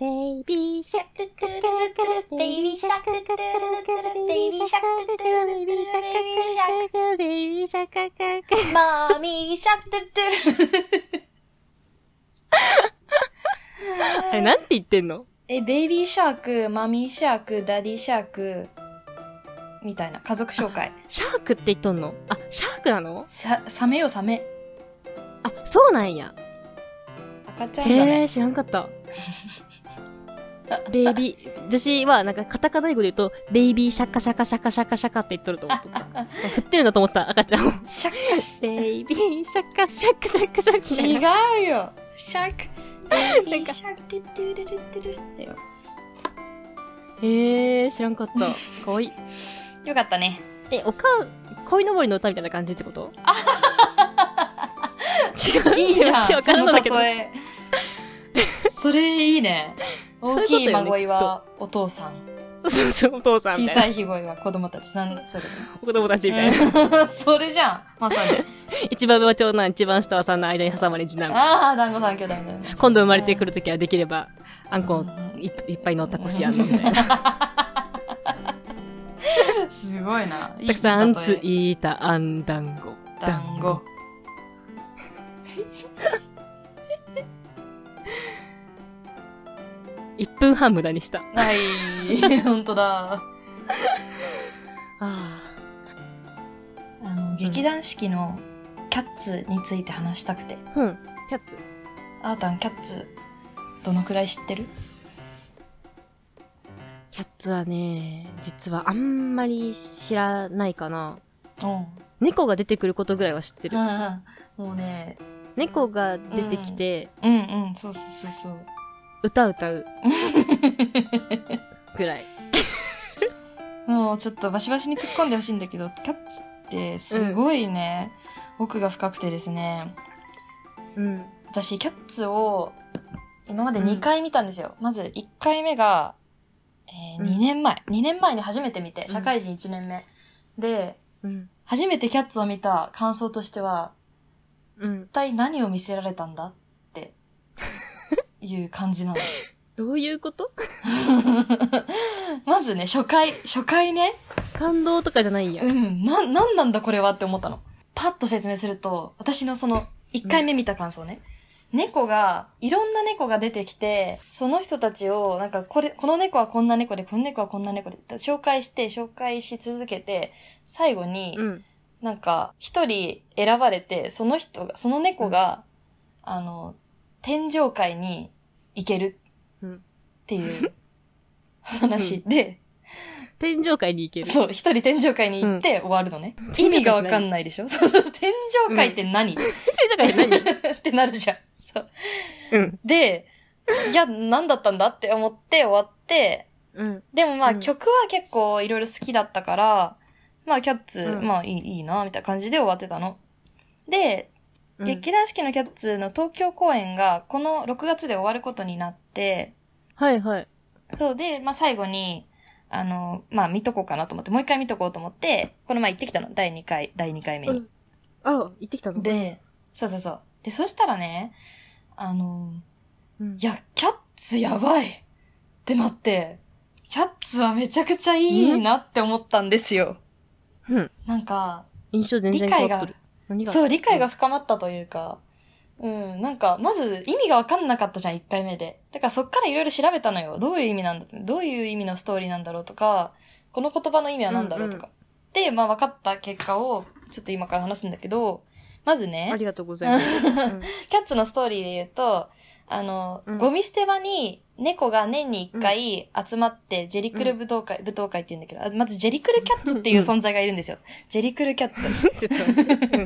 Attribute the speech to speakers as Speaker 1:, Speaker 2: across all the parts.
Speaker 1: ベイビーシャッククルクル、ベイビーシャッククルクルクル、ベイビーシャッククル、ベイビーシャッククル、ベイビーシャッククルクル、
Speaker 2: マーミーシャットゥル。
Speaker 1: あれ、なんて言ってんの
Speaker 2: え、ベイビーシャーク、マミーシャーク、ダディシャーク、みたいな家族紹介。
Speaker 1: シャークって言っとんのあ、シャークなの
Speaker 2: さ、サメよサメ。
Speaker 1: あ、そうなんや。
Speaker 2: 赤ちゃんだ
Speaker 1: へえ
Speaker 2: ね
Speaker 1: ー、。知らんかった。 ベイビー、私はなんかカタカナ英語で言うと、ベイビーシャカシャカシャカシャカシャカって言っとると思った。 振ってるんだと思った、赤ちゃんを。
Speaker 2: シャックし、
Speaker 1: ベイビーシャカシャカシャカシャカ。
Speaker 2: 違
Speaker 1: う。
Speaker 2: うよ。シャーク、ベイビ
Speaker 1: なん
Speaker 2: ー
Speaker 1: か
Speaker 2: シャーク、トゥルルルトゥルルだよ。
Speaker 1: へえー、知らんかった。かわいい。
Speaker 2: よかった ね。
Speaker 1: え、おか、恋のぼりの歌みたいな感じってこと違う。
Speaker 2: いいじゃん。
Speaker 1: わ
Speaker 2: そ
Speaker 1: からんの
Speaker 2: の
Speaker 1: だけど。
Speaker 2: 例え。それいいね。
Speaker 1: そう
Speaker 2: 大
Speaker 1: いうことよ
Speaker 2: き
Speaker 1: ね
Speaker 2: い孫いはお父さん。
Speaker 1: そうそう、お父さん
Speaker 2: 小
Speaker 1: みた
Speaker 2: さ
Speaker 1: いな。
Speaker 2: いひごいは子供たちさん、それ。
Speaker 1: お子供たちみたいな。
Speaker 2: うん それじゃん。ま さに。
Speaker 1: 一番上は長男、一番下は三男、間に挟まれ次男。
Speaker 2: ああ、団子三兄弟だよね。
Speaker 1: 今度生まれてくるときはできれば、あんこを
Speaker 2: うん
Speaker 1: いいっぱい乗った腰やんのみたいな。
Speaker 2: すごいな。
Speaker 1: たくさんあんつ、
Speaker 2: いい
Speaker 1: いた、あんだんご。
Speaker 2: 例え。団
Speaker 1: 団
Speaker 2: 子。
Speaker 1: 1分半無駄にした。あ
Speaker 2: はい。 本当だ。
Speaker 1: あ。
Speaker 2: あの、劇団四季のキャッツについて話したくて。
Speaker 1: うん。キャッツ。
Speaker 2: あーたん、キャッツ、どのくらい知ってる
Speaker 1: キャッツはね、実はあんまり知らないかな。
Speaker 2: うん。
Speaker 1: 猫が出てくることぐらいは知ってる。
Speaker 2: ああ、もうね、
Speaker 1: 猫が出てきて、
Speaker 2: うんうん、そうそうそうそう。
Speaker 1: 歌歌う。 ぐらい。
Speaker 2: もうちょっとバシバシに突っ込んでほしいんだけど、キャッツってすごいね、奥が深くてですね、
Speaker 1: うん。
Speaker 2: 私、キャッツを今まで2回見たんですよ。まず1回目が、え
Speaker 1: うん
Speaker 2: 2年前、2年前に初めて見て
Speaker 1: ん、
Speaker 2: 社会人1年目。で、
Speaker 1: うん。
Speaker 2: 初めてキャッツを見た感想としては、
Speaker 1: うん。
Speaker 2: 一体何を見せられたんだっていう感じなの。
Speaker 1: どういうこと
Speaker 2: まずね、初回、初回ね、
Speaker 1: 感動とかじゃないんや。
Speaker 2: うん、な、なんなんだこれはって思ったの。パッと説明すると、私のその、1回目見た感想ね。猫が、いろんな猫が出てきて、その人たちを、なんか、これ、この猫はこんな猫で、この猫はこんな猫で、って紹介して、紹介し続けて、最後に、
Speaker 1: うん。
Speaker 2: なんか、一人選ばれて、その人が、その猫が、あの、天上界に行ける
Speaker 1: うん
Speaker 2: っていう話で、
Speaker 1: 天井界に行ける。
Speaker 2: そう、一人天上界に行って終わるのね。意味がわかんないでしょそうそう、天上界って何、っ
Speaker 1: 天井界って
Speaker 2: てなるじゃん。そう。
Speaker 1: 何うん。
Speaker 2: で、いや、何だったんだって思って終わって、
Speaker 1: うん。
Speaker 2: でもまあ、
Speaker 1: うん
Speaker 2: 曲は結構いろいろ好きだったから、まあキャッツ、
Speaker 1: うん
Speaker 2: まあいいいいな、みたいな感じで終わってたの。で、
Speaker 1: うん
Speaker 2: 劇団四季のキャッツの東京公演がこの6月で終わることになって、
Speaker 1: はいはい。
Speaker 2: そうで、まあ最後に、あの、まあ見とこうかなと思って、もう一回見とこうと思って、この前行ってきたの。第2回、第2回目に。
Speaker 1: あ、行ってきたの
Speaker 2: で、そうそうそう。で、そしたらね、あの、
Speaker 1: うん
Speaker 2: いや、キャッツやばいってなって、キャッツはめちゃくちゃいいなって思ったんですよ。
Speaker 1: うん。
Speaker 2: なんか、
Speaker 1: 印象全然変わっとる。何が
Speaker 2: そう、理解が深まったというか、うん、なんか、まず意味がわかんなかったじゃん、1回目で。だからそっからいろいろ調べたのよ。どういう意味なんだどういう意味のストーリーなんだろうとか、この言葉の意味は何だろうとか。で、まあ分かった結果を、ちょっと今から話すんだけど、まずね、
Speaker 1: ありがとうございます。
Speaker 2: キャッツのストーリーで言うと、あの、
Speaker 1: うん
Speaker 2: ゴミ捨て場に猫が年に一回集まって、ジェリクル舞踏会、舞踏会って言うんだけどあ、まずジェリクルキャッツっていう存在がいるんですよ。ジェリクルキャッツ。
Speaker 1: ちょっと待ってうん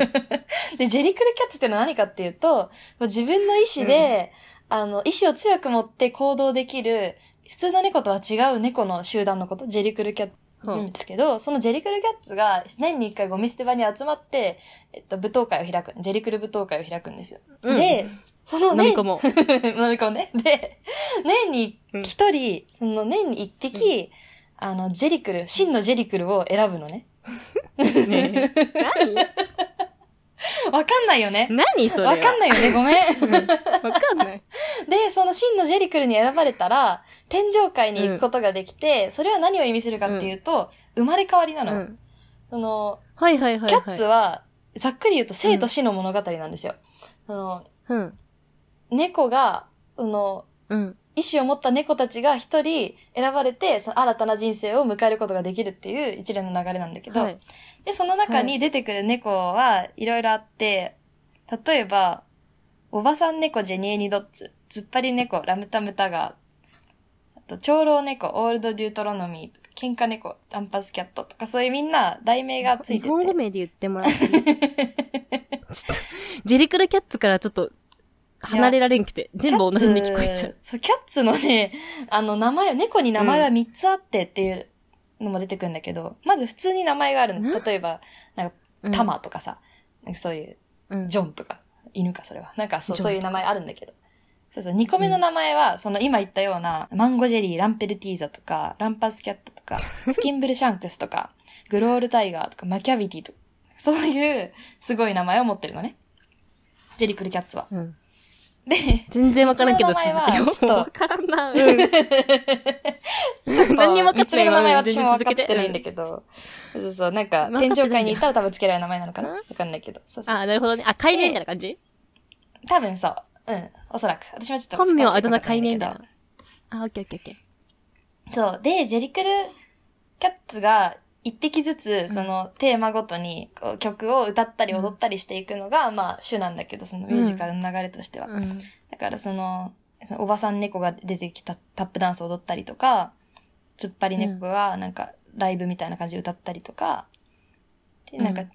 Speaker 2: で、ジェリクルキャッツってのは何かっていうと、自分の意志で、あの、意志を強く持って行動できる、普通の猫とは違う猫の集団のこと、ジェリクルキャッツ。
Speaker 1: ほ
Speaker 2: ん
Speaker 1: う
Speaker 2: ですけど、そのジェリクルキャッツが年に一回ゴミ捨て場に集まって、えっと、舞踏会を開く、ジェリクル舞踏会を開くんですよ。
Speaker 1: うん
Speaker 2: で、その
Speaker 1: 飲み
Speaker 2: 年
Speaker 1: 込もう。
Speaker 2: 飲み込んで。で、年に
Speaker 1: うん
Speaker 2: 一人、その年に一匹、あの、ジェリクル、真のジェリクルを選ぶのね。
Speaker 1: ねえ何
Speaker 2: わかんないよね。
Speaker 1: 何それは
Speaker 2: わかんないよね、ごめん。
Speaker 1: うんわかんない。
Speaker 2: で、その真のジェリクルに選ばれたら、天上界に行くことができて、それは何を意味するかっていうと、生まれ変わりな
Speaker 1: う
Speaker 2: の。
Speaker 1: ん
Speaker 2: その、
Speaker 1: はいはいはいはい。
Speaker 2: キャッツは、ざっくり言うと生と死の物語なんですよ。その、
Speaker 1: うん。
Speaker 2: 猫が、その、
Speaker 1: うん。
Speaker 2: 意志を持った猫たちが一人選ばれて、その新たな人生を迎えることができるっていう一連の流れなんだけど、
Speaker 1: はい。
Speaker 2: で、その中に出てくる猫はいろいろあって、例えば、おばさん猫ジェニエニドッツ、つっぱり猫ラムタムタガー、あと長老猫オールドデュートロノミー、喧嘩猫アンパスキャットとかそういうみんな題名がついてて。
Speaker 1: 日本語名で言ってもらっていいちょっと、ジェリクルキャッツからちょっと、離れられんくて、全部同じに聞こえちゃう。
Speaker 2: キャッツ。そう、キャッツのね、あの、名前、猫に名前は3つあってっていうのも出てくるんだけど、まず普通に名前があるの。
Speaker 1: ん
Speaker 2: 例えば、
Speaker 1: うん
Speaker 2: タ、マとかさ、なんかそういう、
Speaker 1: うん
Speaker 2: ジョンとか、犬かそれは。なんかそう
Speaker 1: ジョンとか
Speaker 2: そういう名前あるんだけど。そうそう、2個目の名前は、その今言ったような、マンゴジェリー、ランペルティーザとか、ランパスキャットと か、スキンブルシャンクスとか、グロールタイガーとか、マキャビティとか、そういうすごい名前を持ってるのね。ジェリクルキャッツは。
Speaker 1: うん。
Speaker 2: で、
Speaker 1: 全然わからんけど
Speaker 2: 普通の名
Speaker 1: 続
Speaker 2: 前
Speaker 1: け
Speaker 2: は
Speaker 1: よ
Speaker 2: ちょっ
Speaker 1: う。
Speaker 2: と
Speaker 1: わからんな。うん。何にも分かっ
Speaker 2: 三つ
Speaker 1: てない
Speaker 2: 目の名前は
Speaker 1: 全
Speaker 2: 私
Speaker 1: 然
Speaker 2: も分
Speaker 1: 続
Speaker 2: かっ
Speaker 1: け
Speaker 2: てないんだけど。そうそう、なんか、
Speaker 1: 分かってない
Speaker 2: 天
Speaker 1: んだ
Speaker 2: 上界に行ったら多分付けられる名前なのかな
Speaker 1: うん
Speaker 2: わかんないけど。そうそう
Speaker 1: あ、なるほどね。あ、解明みたいな感じ
Speaker 2: 多分そう。うん。おそらく。私もちょっと。
Speaker 1: 本名あだ名解明み
Speaker 2: だ
Speaker 1: たいな。あ、オッケーオッケーオッケー。
Speaker 2: そう。で、ジェリクルキャッツが一匹ずつ、そのテーマごとにこう曲を歌ったり踊ったりしていくのが、まあ主なんだけど、そのミュージカルの流れとしては。
Speaker 1: うん。
Speaker 2: だからその、そのおばさん猫が出てきたタップダンスを踊ったりとか、突っ張り猫がなんかライブみたいな感じで歌ったりとか、で、なんか、
Speaker 1: うん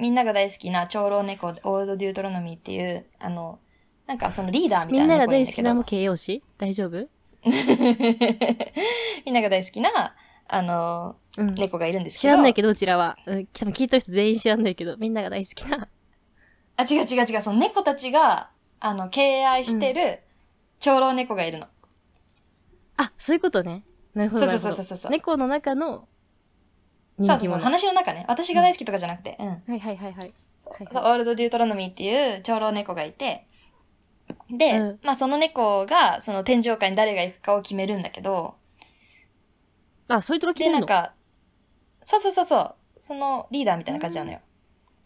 Speaker 2: みんなが大好きな長老猫、オールドデュートロノミーっていう、あの、なんかそのリーダーみ
Speaker 1: み
Speaker 2: たい
Speaker 1: ん
Speaker 2: な
Speaker 1: なが
Speaker 2: 猫い
Speaker 1: 大
Speaker 2: る
Speaker 1: 好
Speaker 2: んだけ
Speaker 1: き
Speaker 2: ど
Speaker 1: なも形容詞大丈夫
Speaker 2: みんなが大好きな、あの、
Speaker 1: うん。
Speaker 2: 猫がいるんです
Speaker 1: 知
Speaker 2: けど。
Speaker 1: らんないけど、うちらは。うん。多分聞いてる人全員知らんないけど、みんなが大好きな。
Speaker 2: あ、違う違う違う、その猫たちが、あの、敬愛してる、長老猫がいるの。
Speaker 1: あ、そういうことね。なるほど。
Speaker 2: そうそう
Speaker 1: なるほど
Speaker 2: そうそうそう
Speaker 1: 猫の中の
Speaker 2: そ
Speaker 1: 人
Speaker 2: うそ
Speaker 1: 気
Speaker 2: うそう、
Speaker 1: 者。
Speaker 2: 話の中ね。私が大好きとかじゃなくて、うん。
Speaker 1: はいはいはいはい。はい
Speaker 2: そうオールドデュートロノミーっていう長老猫がいて、で、
Speaker 1: うん
Speaker 2: まあその猫が、その天上界に誰が行くかを決めるんだけど、
Speaker 1: あ、そういうとこ聞い
Speaker 2: で、
Speaker 1: てる
Speaker 2: なん
Speaker 1: の
Speaker 2: か、そうそうそうそう、そのリーダーみたいな感じなのよ。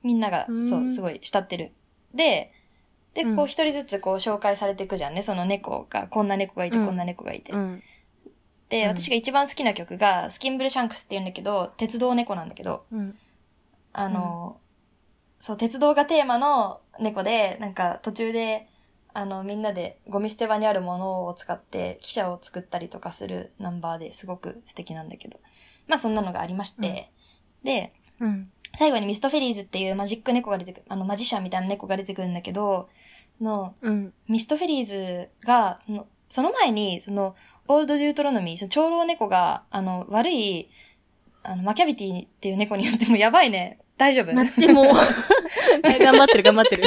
Speaker 2: みんなが
Speaker 1: う、ん
Speaker 2: そう、すごい慕ってる。で、で、
Speaker 1: うん
Speaker 2: こう一人ずつこう紹介されていくじゃんね、その猫が、こんな猫がいて、
Speaker 1: うん
Speaker 2: こんな猫がいて。
Speaker 1: うん。
Speaker 2: で、
Speaker 1: うん
Speaker 2: 私が一番好きな曲が、スキンブルシャンクスって言うんだけど、鉄道猫なんだけど、
Speaker 1: うん。
Speaker 2: あの、そう、鉄道がテーマの猫で、なんか途中で、あの、みんなでゴミ捨て場にあるものを使って、汽車を作ったりとかするナンバーですごく素敵なんだけど。まあそんなのがありまして。で、
Speaker 1: うん。
Speaker 2: 最後にミストフェリーズっていうマジック猫が出てくる、あの、マジシャンみたいな猫が出てくるんだけど、その、
Speaker 1: うん。
Speaker 2: ミストフェリーズが、その、その前に、その、オールドデュートロノミー、その長老猫が、あの、悪い、あの、マキャビティっていう猫によってもやばいね。大丈夫
Speaker 1: 待って、もう。 頑張ってる、頑張ってる。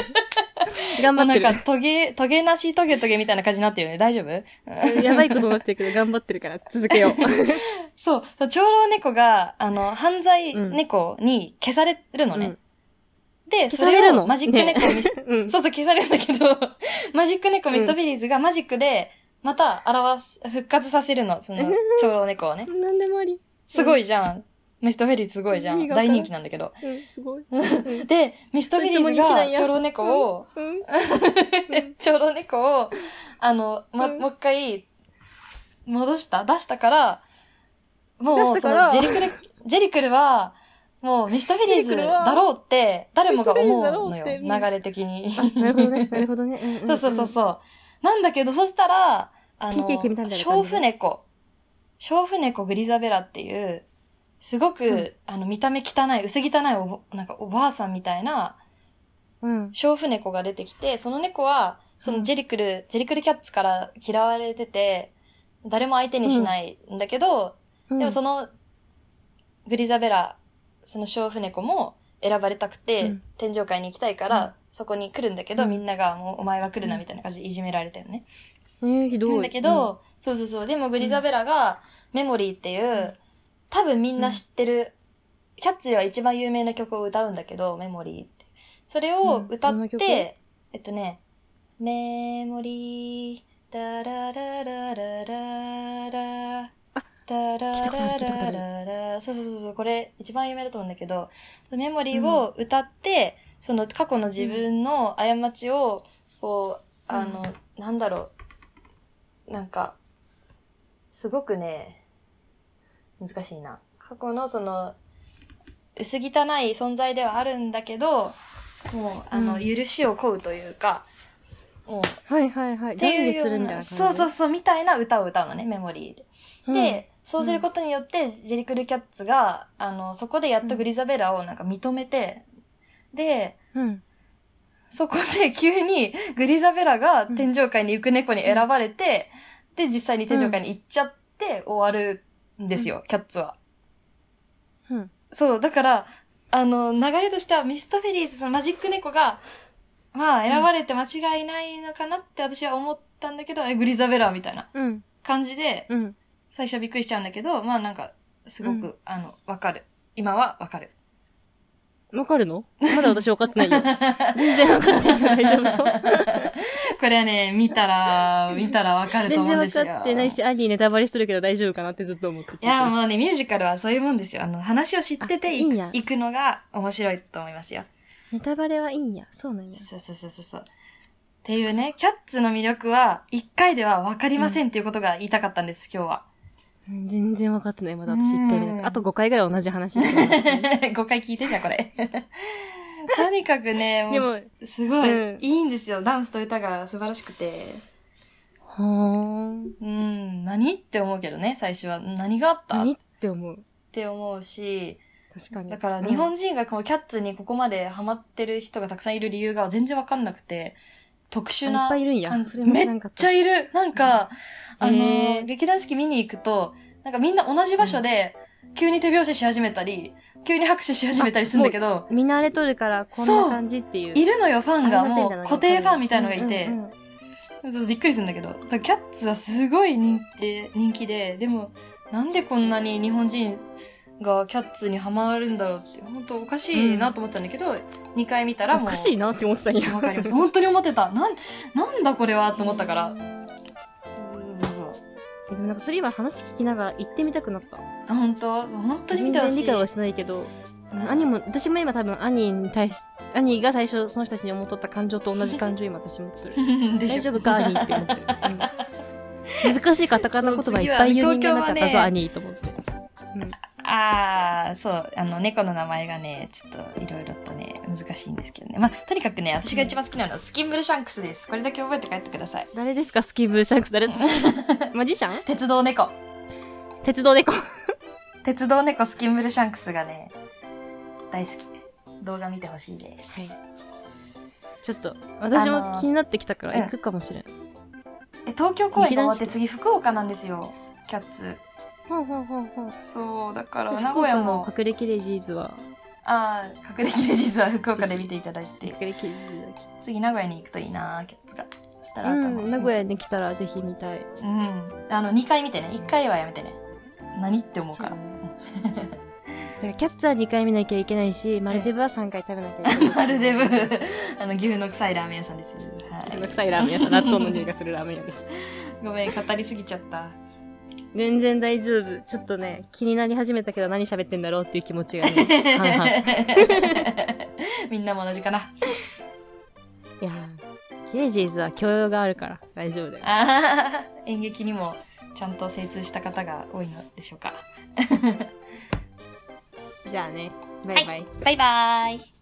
Speaker 1: 頑
Speaker 2: まあ
Speaker 1: 張っ
Speaker 2: な
Speaker 1: て
Speaker 2: んか、
Speaker 1: る。
Speaker 2: トゲ、トゲなしトゲトゲみたいな感じになってるよね。大丈夫
Speaker 1: うんやばいことになってるけど、頑張ってるから、続けよう。
Speaker 2: そう。そう長老猫が、あの、犯罪猫に消されるのね。
Speaker 1: うん消
Speaker 2: で、そ
Speaker 1: され
Speaker 2: れ
Speaker 1: る
Speaker 2: を
Speaker 1: の
Speaker 2: マジック猫 ミス、
Speaker 1: うん。
Speaker 2: そうそう消されるんだけど、 マジック猫ミストフェリーズがマジックで、また表す、復活させるの。その、長老猫をね。
Speaker 1: なんでもあり。
Speaker 2: すごいじゃん。ミストフェリーズすごいじゃ
Speaker 1: 意
Speaker 2: ん。
Speaker 1: 味がわか
Speaker 2: 大
Speaker 1: らん
Speaker 2: 人気なんだけど。
Speaker 1: うん、すごい。うん
Speaker 2: で、ミストフェリーズ
Speaker 1: とても人気なん
Speaker 2: が
Speaker 1: や
Speaker 2: 長老猫を、
Speaker 1: うん。
Speaker 2: 長老猫を、あの、ま、
Speaker 1: うん
Speaker 2: もう一回、戻した、出したから、も
Speaker 1: 出
Speaker 2: う、
Speaker 1: した
Speaker 2: そ
Speaker 1: から
Speaker 2: の、ジェリクル、ジェリクルは、もう、ミストフェリー
Speaker 1: ジ
Speaker 2: ズ
Speaker 1: ェリクルは
Speaker 2: だろうって、誰もが思うの
Speaker 1: ミス
Speaker 2: よ
Speaker 1: トフェ。リーズだろうってうん
Speaker 2: 流れ的に。
Speaker 1: なるほどね、なるほどね。んんん
Speaker 2: そうそうそうそう。なんだけど、そしたら、あの、
Speaker 1: PK 決めたみたいな感じ
Speaker 2: 娼婦猫。娼婦猫グリザベラっていう、すごく、
Speaker 1: うん
Speaker 2: あの、見た目汚い、薄汚いおぼ、なんかおばあさんみたいな、
Speaker 1: うん。
Speaker 2: 娼婦猫が出てきて、その猫は、そのジェリクル、ジェリクルキャッツから嫌われてて、誰も相手にしないんだけど、
Speaker 1: うん。
Speaker 2: でもその、グリザベラ、その娼婦猫も選ばれたくて、
Speaker 1: うん
Speaker 2: 天上界に行きたいから、そこに来るんだけど、
Speaker 1: うん
Speaker 2: みんながもうお前は来るなみたいな感じでいじめられてるね。
Speaker 1: えー、ひどい。
Speaker 2: なんだけど、そうそうそう。でもグリザベラが、メモリーっていう、
Speaker 1: ん多
Speaker 2: 多分みんな知ってる、キャッツでは一番有名な曲を歌うんだけど、メモリーって。それを歌
Speaker 1: うんどん
Speaker 2: っ
Speaker 1: な曲
Speaker 2: て、えっとね、メモリー、ダララララララ、ダララララララ、そうそうそうそう、これ一番有名だと思うんだけど、メモリーを歌って、その過去の自分の過ちを、こう、あの、なんだろう、なんか、すごくね、難しいな。過去のその、薄汚い存在ではあるんだけど、もう、あの、
Speaker 1: うん
Speaker 2: 許しを請うというか、もう、
Speaker 1: はいはいはい。
Speaker 2: って
Speaker 1: 懺
Speaker 2: い
Speaker 1: 悔するみたいな
Speaker 2: うよう
Speaker 1: 感
Speaker 2: な、
Speaker 1: じ。
Speaker 2: そうそうそう、みたいな歌を歌うのね、メモリーで。
Speaker 1: うん。
Speaker 2: で、そうすることによって、ジェリクル・キャッツが、あの、そこでやっとグリザベラをなんか認めて、で、
Speaker 1: うん。
Speaker 2: そこで急に グリザベラが天上界に行く猫に選ばれて、で、実際に天上界に行っちゃって終わるんですよ、キャッツは。
Speaker 1: うん。
Speaker 2: そう、だから、あの、流れとしてはミストフェリーズ、そのマジック猫が、まあ、選ばれて間違いないのかなって私は思ったんだけど、え、グリザベラみたいな
Speaker 1: うん。
Speaker 2: 感じで、
Speaker 1: うん。
Speaker 2: 最初はびっくりしちゃうんだけど、まあなんか、すごく、
Speaker 1: う
Speaker 2: あの、わかる。今はわかる。
Speaker 1: わかるのまだ私分かってないよ。全然分かってないよ。大丈 夫そう。
Speaker 2: これはね、見たら、見たらわかると
Speaker 1: 全
Speaker 2: 思う
Speaker 1: 然
Speaker 2: んですよ。
Speaker 1: 分かってないし、アンディネタバレしてるけど大丈夫かなってずっと思って聞い
Speaker 2: い
Speaker 1: てる
Speaker 2: や、もうね、ミュージカルはそういうもんですよ。あの、話を知って
Speaker 1: あ
Speaker 2: て
Speaker 1: い
Speaker 2: い
Speaker 1: い
Speaker 2: く
Speaker 1: んや
Speaker 2: 行くのが面白いと思いますよ。
Speaker 1: ネタバレはいいんや。そうなんや。
Speaker 2: そうそうそうそうそう。っていうね、キャッツの魅力は、一回では分かりませんっていうことが言いたかったんです、今日は。
Speaker 1: うん全然分かってない。まだ
Speaker 2: うん
Speaker 1: 私一回目だから。あと5回ぐらい同じ話してる
Speaker 2: 5回聞いてじゃん、これ。 とにかくね、
Speaker 1: で
Speaker 2: もう、
Speaker 1: も、
Speaker 2: すごい、
Speaker 1: うん
Speaker 2: いいんですよ。ダンスと歌が素晴らしくて。
Speaker 1: ほーん。
Speaker 2: うん、何って思うけどね、最初は。何があった
Speaker 1: 何
Speaker 2: っ
Speaker 1: って思う。
Speaker 2: て思うし、
Speaker 1: 確かに。
Speaker 2: だから
Speaker 1: うん
Speaker 2: 日本人がこうキャッツにここまでハマってる人がたくさんいる理由が全然わかんなくて、特殊
Speaker 1: あいっ
Speaker 2: な
Speaker 1: ぱいいるんや
Speaker 2: 感じ
Speaker 1: それも
Speaker 2: め
Speaker 1: 知
Speaker 2: っ
Speaker 1: らんかっ
Speaker 2: ち
Speaker 1: た
Speaker 2: ゃいる。なんか、
Speaker 1: うん
Speaker 2: あの
Speaker 1: へー
Speaker 2: ー、劇団四季見に行くと、なんかみんな同じ場所で、急に手拍子し始めたり、急に拍手し始めたりするんだけど、
Speaker 1: 見慣れとるからこんな感じっていう。
Speaker 2: いるのよ、ファンが。
Speaker 1: あれな
Speaker 2: も
Speaker 1: っ
Speaker 2: う
Speaker 1: てんだな
Speaker 2: 固定ファンみたいのがいて
Speaker 1: うんう、んうん
Speaker 2: ちょっとびっくりするんだけど、だからキャッツはすごい人気人気で、でも、なんでこんなに日本人がキャッツにハマるんだろうって、本当おかしいなと思ったんだけど、2回見たらもう、
Speaker 1: おかしいなって思ってたんや。
Speaker 2: わかりました。本当に思ってた。なん、なんだこれはと思ったから。
Speaker 1: えでもなんかそれ今話聞きながら行ってみたくなった。
Speaker 2: あ、本当本当に見
Speaker 1: 全
Speaker 2: てほ
Speaker 1: 然
Speaker 2: し
Speaker 1: 理
Speaker 2: い。
Speaker 1: 解はしてないけど、
Speaker 2: うん
Speaker 1: 兄も、私も今多分兄に対し、兄が最初その人たちに思っとった感情と同じ感情今私持ってる。
Speaker 2: でしょ
Speaker 1: 大丈夫か兄って思ってる。うん 難しいカタカナ言葉いっぱい言う人間になっちゃった
Speaker 2: そう次
Speaker 1: ぞ、
Speaker 2: は
Speaker 1: 兄と思って。
Speaker 2: ああ、そう、あの、猫の名前がね、ちょっといろいろとね、難しいんですけどね。まあ、とにかくね、私が一番好きなのはスキンブルシャンクスです。これだけ覚えて帰ってください。
Speaker 1: 誰ですかスキーブーシャンクス誰 マジシャン
Speaker 2: 鉄道猫。
Speaker 1: 鉄道猫。
Speaker 2: 鉄道猫スキンブルシャンクスがね、大好き。動画見てほしいです。
Speaker 1: はいちょっと、私
Speaker 2: あの
Speaker 1: も
Speaker 2: ー
Speaker 1: 気になってきたから
Speaker 2: うん
Speaker 1: 行くかもしれん。
Speaker 2: え、東京公演が終わって次福岡なんですよ。キャッツ。
Speaker 1: ほうほうほうほう。
Speaker 2: そう、だか
Speaker 1: じゃ
Speaker 2: ら
Speaker 1: あ
Speaker 2: 名
Speaker 1: 福
Speaker 2: 古屋
Speaker 1: 岡の
Speaker 2: も、
Speaker 1: 隠れキレジーズは、
Speaker 2: ああ、隠れキレジーズは福岡で見ていただいて、
Speaker 1: 隠れキレジーズだっけ
Speaker 2: 次名古屋に行くといいなー、キャッツが。そしたら、あと
Speaker 1: う
Speaker 2: も
Speaker 1: ん、名古屋に来たらぜひ見たい。
Speaker 2: うん。あの、2回見てね。1回はやめてね。何って思うから。
Speaker 1: ね。だからキャッツは2回見なきゃいけないし、マルデブは3回食べなきゃい けない。
Speaker 2: マルデブ。 あの、牛の臭いラーメン屋さんです。は
Speaker 1: 臭いラーメン屋さん、納豆の匂いがするラーメン屋です。
Speaker 2: い。ごめん、語りすぎちゃった。
Speaker 1: 全然大丈夫。ちょっとね、気になり始めたけど何喋ってんだろうっていう気持ちが ね。半々い
Speaker 2: みんなも同じかな。
Speaker 1: やーキレジーズは教養があるから大丈夫だよ。
Speaker 2: あー 演劇にもちゃんと精通した方が多いのでしょうか。
Speaker 1: じゃあね、バイバイ。
Speaker 2: バイバーイ。